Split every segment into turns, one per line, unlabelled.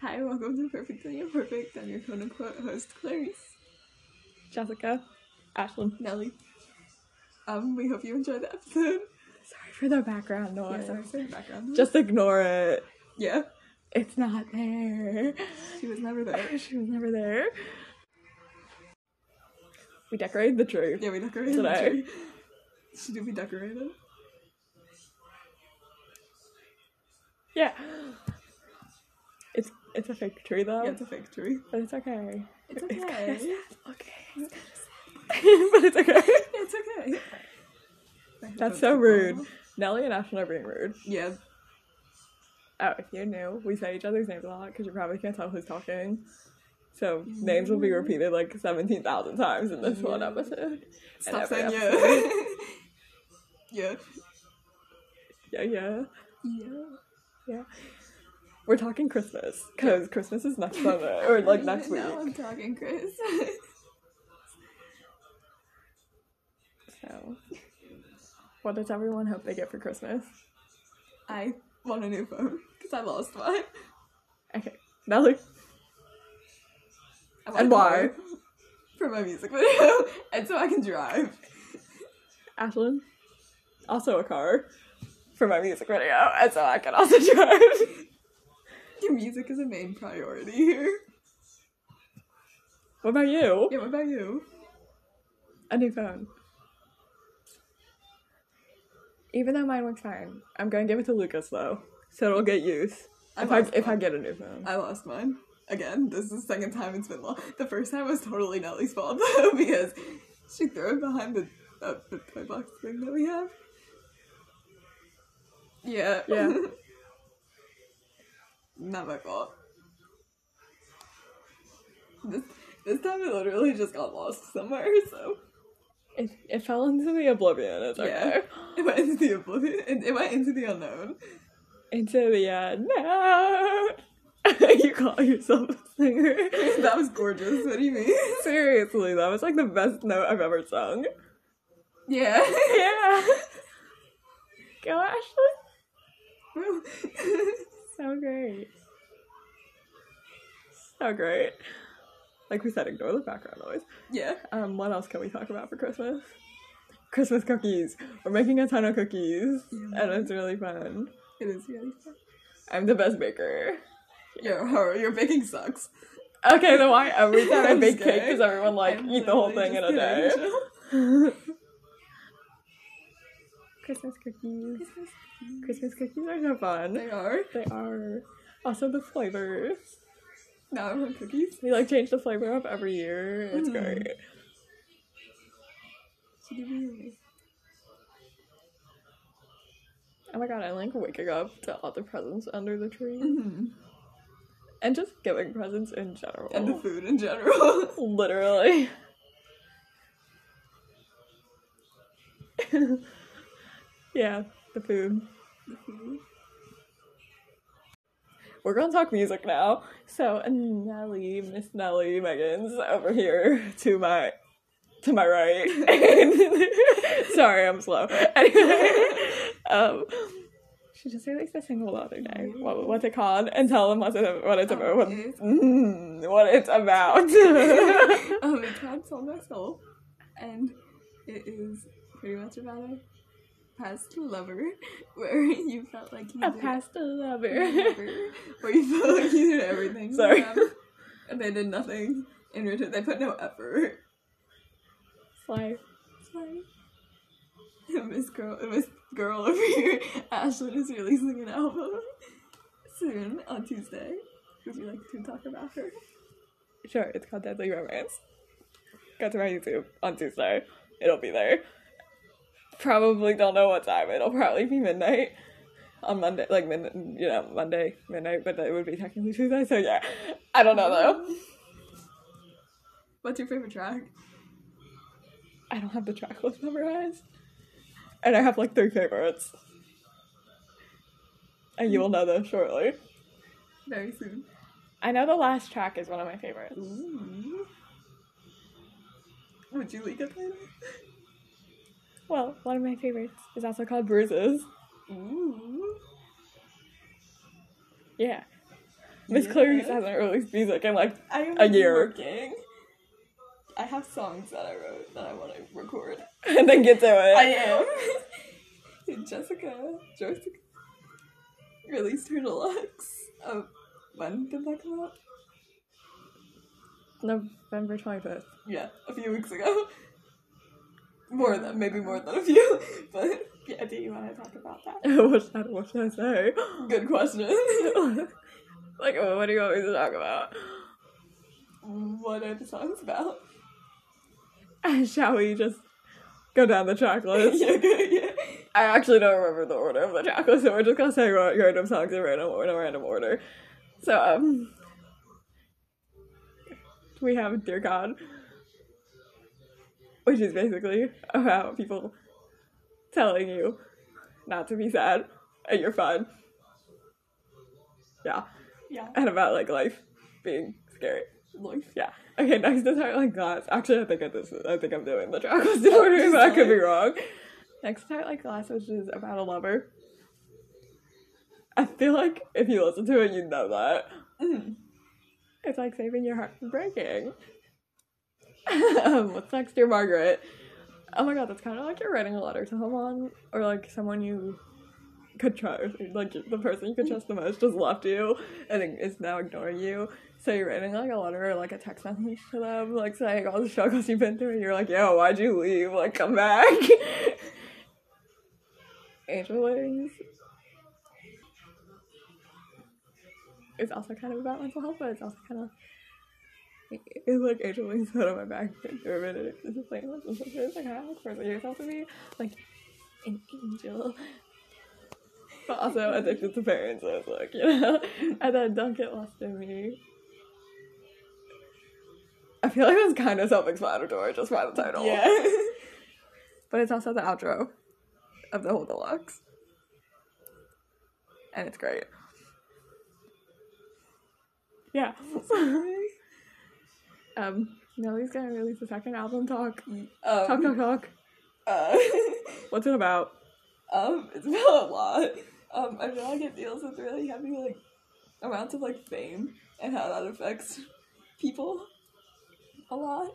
Hi, welcome to Perfectly Imperfect. I'm your quote unquote host, Clarice
Jessica, Ashlyn.
Nelly. Um, we hope you enjoyed the episode.
Sorry for the background
Yeah,
noise.
Oh, sorry for the background. noise.
Just ignore it.
yeah,
It's not there.
she was never there.
she was never there. We decorated the tree.
Yeah, we decorated the
Today.
tree. Should we decorate it?
Yeah. It's it's a fake tree though.
Yeah, it's a fake tree.
but it's okay.
Oh. It's
It's
okay.
Okay. but it's okay.
it's okay.
That's so rude. Nellie and Ashlyn are being rude.
Yeah,
Oh, if you're new, we say each other's names a lot because you probably can't tell who's talking. So names will be repeated like seventeen thousand times in this one
Yeah.
episode.
stop
every
saying yeah. yeah.
Yeah, yeah,
Yeah.
yeah. We're talking Christmas because Christmas is next Sunday or like next week.
Now I'm talking, Chris.
So, what does everyone hope they get for Christmas?
I want a new phone because I lost mine.
Okay, Nelly.
I
And why?
want to go For my music video, and so I can drive.
Ashlyn, also a car for my music video, and so I can also drive.
Your music is a main priority here.
what about you?
Yeah, what about you?
A new phone. Even though mine works fine, I'm gonna give it to Lucas though, so it'll get used.
I
if I
lost
if I
mine.
get a new phone,
I lost mine. Again, this is the second time it's been lost. The first time was totally Nellie's fault though, because she threw it behind the, uh, the toy box thing that we have. Yeah.
Yeah.
Not my fault. This, this time it literally just got lost somewhere, so.
it, it fell into the oblivion. It's
Yeah.
okay.
It went into the oblivion. It, it went into the unknown.
Into the uh, no. you call yourself a singer?
that was gorgeous. What do you mean?
Seriously, that was like the best note I've ever sung.
Yeah.
Yeah. Go Ashley. So great. So great. Like we said, ignore the background noise.
yeah.
Um, what else can we talk about for Christmas? Christmas cookies. We're making a ton of cookies,
Yeah.
and it's really fun.
It is really fun.
I'm the best baker.
Your, her, your baking sucks.
Okay, then why every time I
I'm
bake
scared.
cake does everyone like
I'm
eat the whole
literally
thing in a day?
just an angel.
Christmas cookies. Christmas cookies are so fun.
They are.
They are. Also the flavors.
Now I want cookies.
They like change the flavor up every year. It's
Mhm.
great.
Should you be-
Oh my god, I like waking up to all the presents under the tree.
Mhm.
and just giving presents in general.
And the food in general.
Literally. yeah, the food. We're gonna talk music now. So Nelly, Miss Nelly, Megan's over here to my to my right. Sorry, I'm slow. Anyway, um, she just released a single the other day. What, what's it called? And tell them what's it, what it's
Um,
about.
it's-
Mm, what it's about.
um, it's called Soul My Soul. And it is pretty much about a past lover where you felt like you
a
did
past lover.
Remember where you felt like you did everything. for
Sorry.
them, and they did nothing in return. They put no effort.
Sly.
Sorry. And this girl, and this girl over here, Ashlyn is releasing an album soon on Tuesday. Would you like to talk about her?
Sure, it's called Deadly Romance. Go to my YouTube on Tuesday. It'll be there. Probably don't know what time. It'll probably be midnight on Monday, like min, you know Monday midnight, but it would be technically Tuesday. So yeah, I don't know though.
What's your favorite track?
I don't have the track list memorized, and I have like three favorites, and you will know them shortly.
Very soon.
I know the last track is one of my favorites.
Ooh. Would you leak it then?
Well, one of my favorites is also called Bruises.
Ooh.
Yeah. Miss
Yeah.
Clarice hasn't released music in like
I'm
A year.
working. I have songs that I wrote that I want to record.
and then get to it.
I am. Dude, Jessica, Jessica released her deluxe. Oh, when did that come out?
November twenty fifth.
Yeah, a few weeks ago. More than maybe more than a few, but yeah. Do you want to talk about that?
what, should I- what should I say?
Good question.
like, what do you want me to talk about?
what are the songs about?
Shall we just go down the track list?
yeah, good, yeah.
I actually don't remember the order of the track list, so we're just gonna say ra- random songs in random in a random order. So um, we have Dear God, which is basically about people telling you not to be sad and you're fine. Yeah,
Yeah,
and about like life being scary.
life.
Yeah. Okay, next is Heartland Glass. Actually, I think I this I think I'm doing the track list in order, but I could be wrong. Next is Heartland Glass, which is about a lover. I feel like if you listen to it, you know that.
Mm.
It's like saving your heart from breaking. um, what's next, dear Margaret? Oh my god, that's kind of like you're writing a letter to someone, or like someone you could trust, like the person you could trust the most just left you and is now ignoring you. So you're writing like a letter or like a text message to them, like saying all the struggles you've been through, and you're like, yo, why'd you leave? Like, come back. Angel Wings is also kind of about mental health, but it's also kind of. It's like Angel Wings out of my back for a minute. It's just like, listen, sometimes I kind of like forcing yourself to be like an angel. But also addicted to parents, I was like, you know? And then don't get lost in me. I feel like that's kind of self explanatory just by the title.
Yeah.
But it's also the outro of the whole deluxe. And it's great. Yeah. um, Nelly's gonna release a second album, Talk.
um,
Talk, Talk, Talk.
Uh,
What's it about?
um, it's about a lot. Um, I feel like it deals with really heavy like amounts of like fame and how that affects people a lot.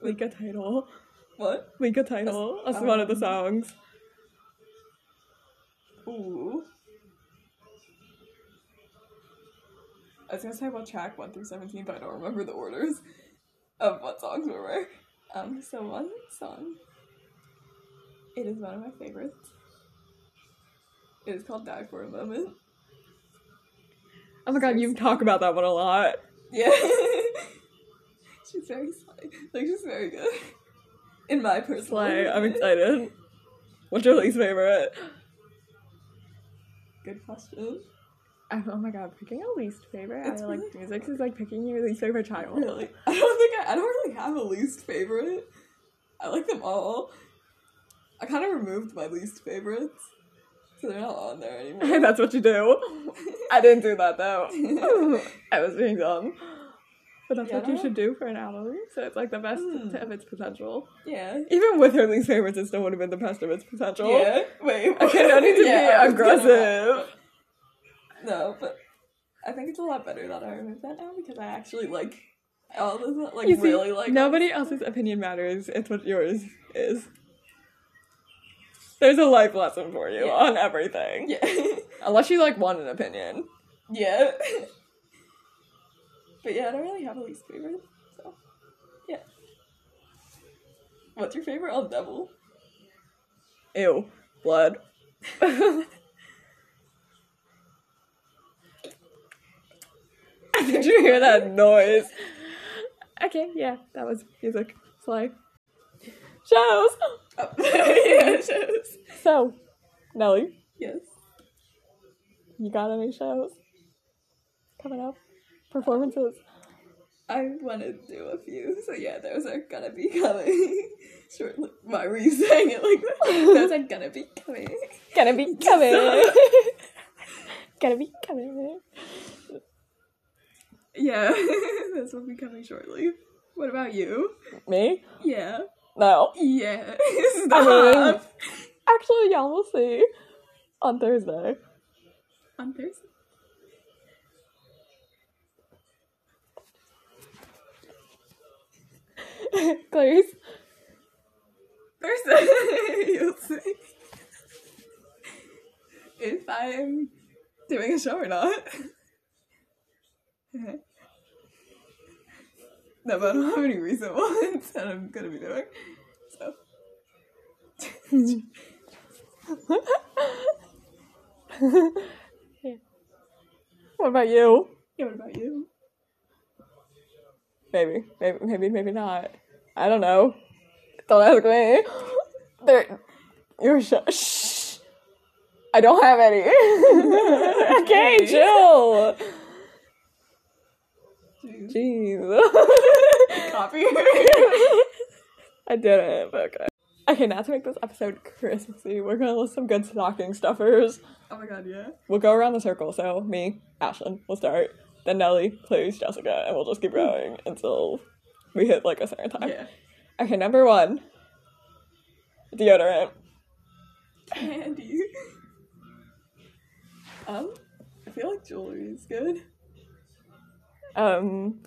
Link a title.
What?
Link a um, title. That's one of the songs.
Ooh. I was gonna say about track one through seventeen, but I don't remember the orders of what songs were where. Um, so one song. It is one of my favorites. It is called "Die for a Moment."
Oh my god, you talk about that one a lot.
Yeah. she's very sly. Like, she's very good. In my personal
Slay, I'm
opinion.
excited. What's your least favorite?
Good question.
Oh oh my god, picking a least favorite
It's
out of like
really
music is like picking your least favorite child.
Really? I don't think I, I don't really have a least favorite. I like them all. I kind of removed my least favorites. So they're not on there anymore.
That's what you do. I didn't do that though. I was being dumb. But that's what you
Yeah.
should do for an album. So it's like the best
Hmm.
of its potential.
yeah.
Even with her least favorites, it still would have been the best of its potential.
Yeah. Wait.
Okay, no need to
Yeah, I
be
was gonna-
aggressive.
No, but I think it's a lot better that I removed that now because I actually like all of them. Like
you see,
really like
nobody else's opinion matters. It's what yours is. There's a life lesson for you
Yeah.
on everything.
Yeah.
Unless you like want an opinion.
Yeah. but yeah, I don't really have a least favorite, so yeah. What's your favorite? I'll double.
Ew, blood. Did you hear that noise? Okay, yeah, that was music. Slay. Shows!
Oh. yeah, shows.
So, Nelly,
Yes.
you got any shows coming up? Performances?
I want to do a few, so yeah, those are gonna be coming. Shortly. Why were you saying it like that? those are gonna be coming.
Gonna be coming! Gonna be coming!
Yeah, those will be coming shortly. What about you?
Me?
Yeah.
No.
Yeah.
Um,
Stop.
actually, y'all will see on Thursday.
On Thursday.
Clarice.
person you'll see if I am doing a show or not. Okay. No, but I don't have any recent ones that I'm gonna be doing. So
What about you?
yeah, what about you?
Maybe, maybe, maybe, maybe not. I don't know. Don't ask me. There, you're sh- shh. I don't have any. okay,
Okay.
chill.
Jeez.
Jeez.
Copy.
I didn't. but Okay. Okay, now to make this episode Christmassy, we're gonna list some good stocking stuffers.
oh my god, yeah.
We'll go around the circle. So me, Ashlyn, we'll start. Then Nelly, please, Jessica, and we'll just keep going until we hit like a certain time.
Yeah.
Okay, number one, deodorant.
Candy. Um, I feel like jewelry is good.
Um,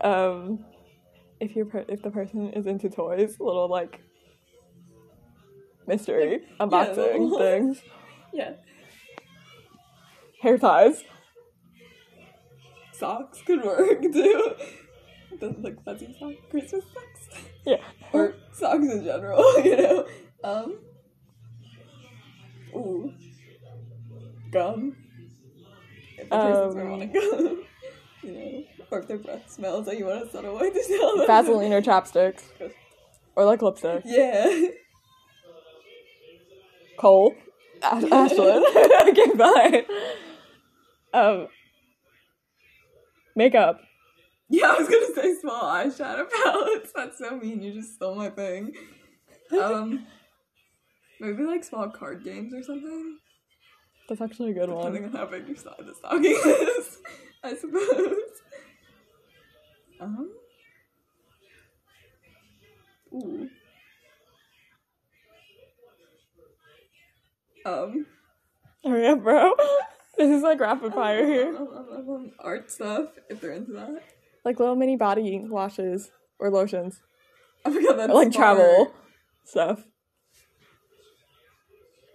um, if you per- if the person is into toys, little like mystery unboxing
little-
things,
Yeah.
hair ties.
Socks could work too. Those like fuzzy socks, Christmas socks.
Yeah,
or socks in general, you know. Um. Ooh. Gum. If the person's
Um,
wearing gum, you know, or if their breath smells like you want to settle away to smell them.
Vaseline or chapsticks, or like lipstick.
Yeah.
Cole, Ash- Ashlyn. okay, fine. Um, makeup.
Yeah, I was gonna say small eyeshadow palettes. That's so mean. You just stole my thing. Um. Maybe like small card games or something.
That's actually a good one.
Depending on how big your side of the stocking is, I suppose. Um. Ooh. Um.
Hurry up, bro. This is like rapid fire here.
um, um, um, um, art stuff, if they're into that.
Like little mini body washes or lotions.
I forgot that.
Or like travel stuff.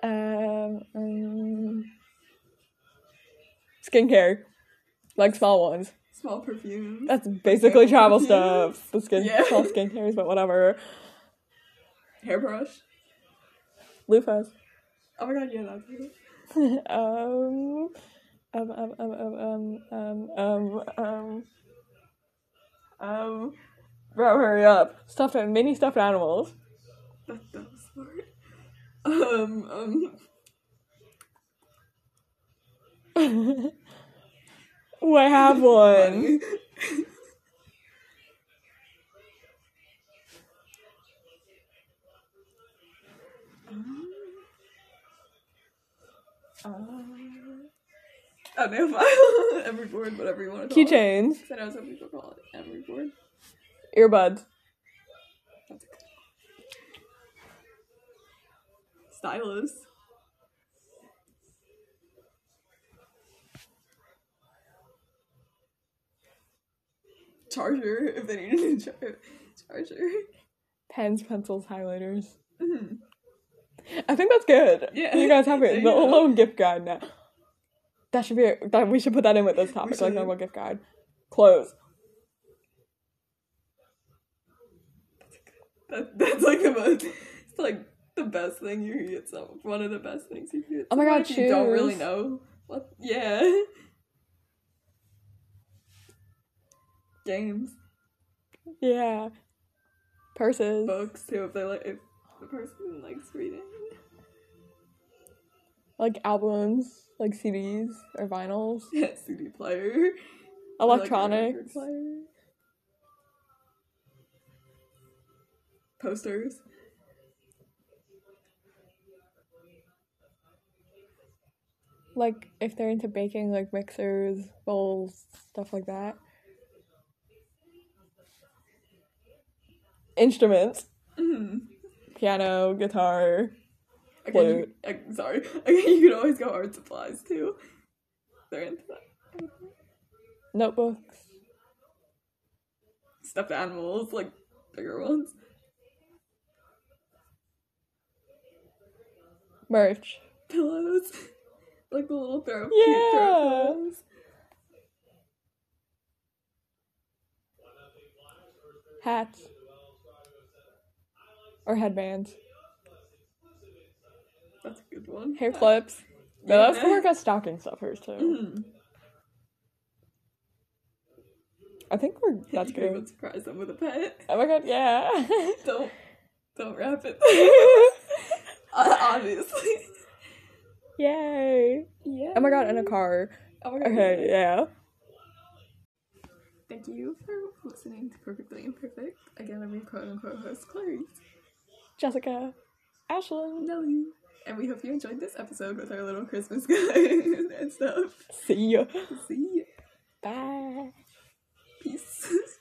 Um, um, skincare. Like small ones.
Small perfume.
That's basically
Skincare
travel
routines.
stuff. The skin,
Yeah.
small skincares, but whatever.
Hairbrush.
Loofahs.
Oh my god, yeah, that's it.
um, um, um, um, um, um, um, um, um, um, bro, hurry up. Stuffed and mini stuffed animals.
That, that was smart. Um, um,
oh, I have one.
money. Um, uh, oh, nail file. every board, whatever you want to call it.
Keychains,
I said I was hoping people call it every board.
earbuds,
That's a good one. Stylus. Charger, if they need a new char- charger.
pens, pencils, highlighters.
Mhm.
I think that's good.
Yeah.
You guys have
There
it.
you
The
go.
little gift guide now. That should be it. That, we should put that in with this topic, like
should.
normal gift guide. Clothes.
That, that's like the most, it's like the best thing you can get some, one of the best things you can get.
Oh my
someone
God,
if You don't really
shoes.
know what, yeah. Games.
Yeah. Purses.
books too if they like if the person likes reading.
like albums, like CDs or vinyls,
Yeah, CD player. Or, like, a record
electronics,
player. Posters.
like if they're into baking, like mixers, bowls, stuff like that. Instruments,
Mm.
piano, guitar.
Okay, you, uh, sorry. Okay, you could always go art supplies too. They're into that.
notebooks,
Stuffed animals, like bigger ones.
Merch.
Pillows. like the little throw cute throw
Yeah.
pillows.
Hats. Or headbands.
That's a good one.
Hair clips. Mm-hmm. No, that's
Yeah.
the work on stocking stuffers too.
Mm.
I think we're that's
you could
good.
even surprise them with a pet.
Oh my god, yeah.
Don't don't wrap it. Uh, Obviously.
Yay.
Yeah.
Oh my god, in a car.
Oh my god.
Okay, yeah.
Thank you for listening to Perfectly Imperfect. Again, I'm your quote unquote host, Clarice.
Jessica. Ashlyn.
Nelly. And we hope you enjoyed this episode with our little Christmas guy and stuff.
See ya.
See ya.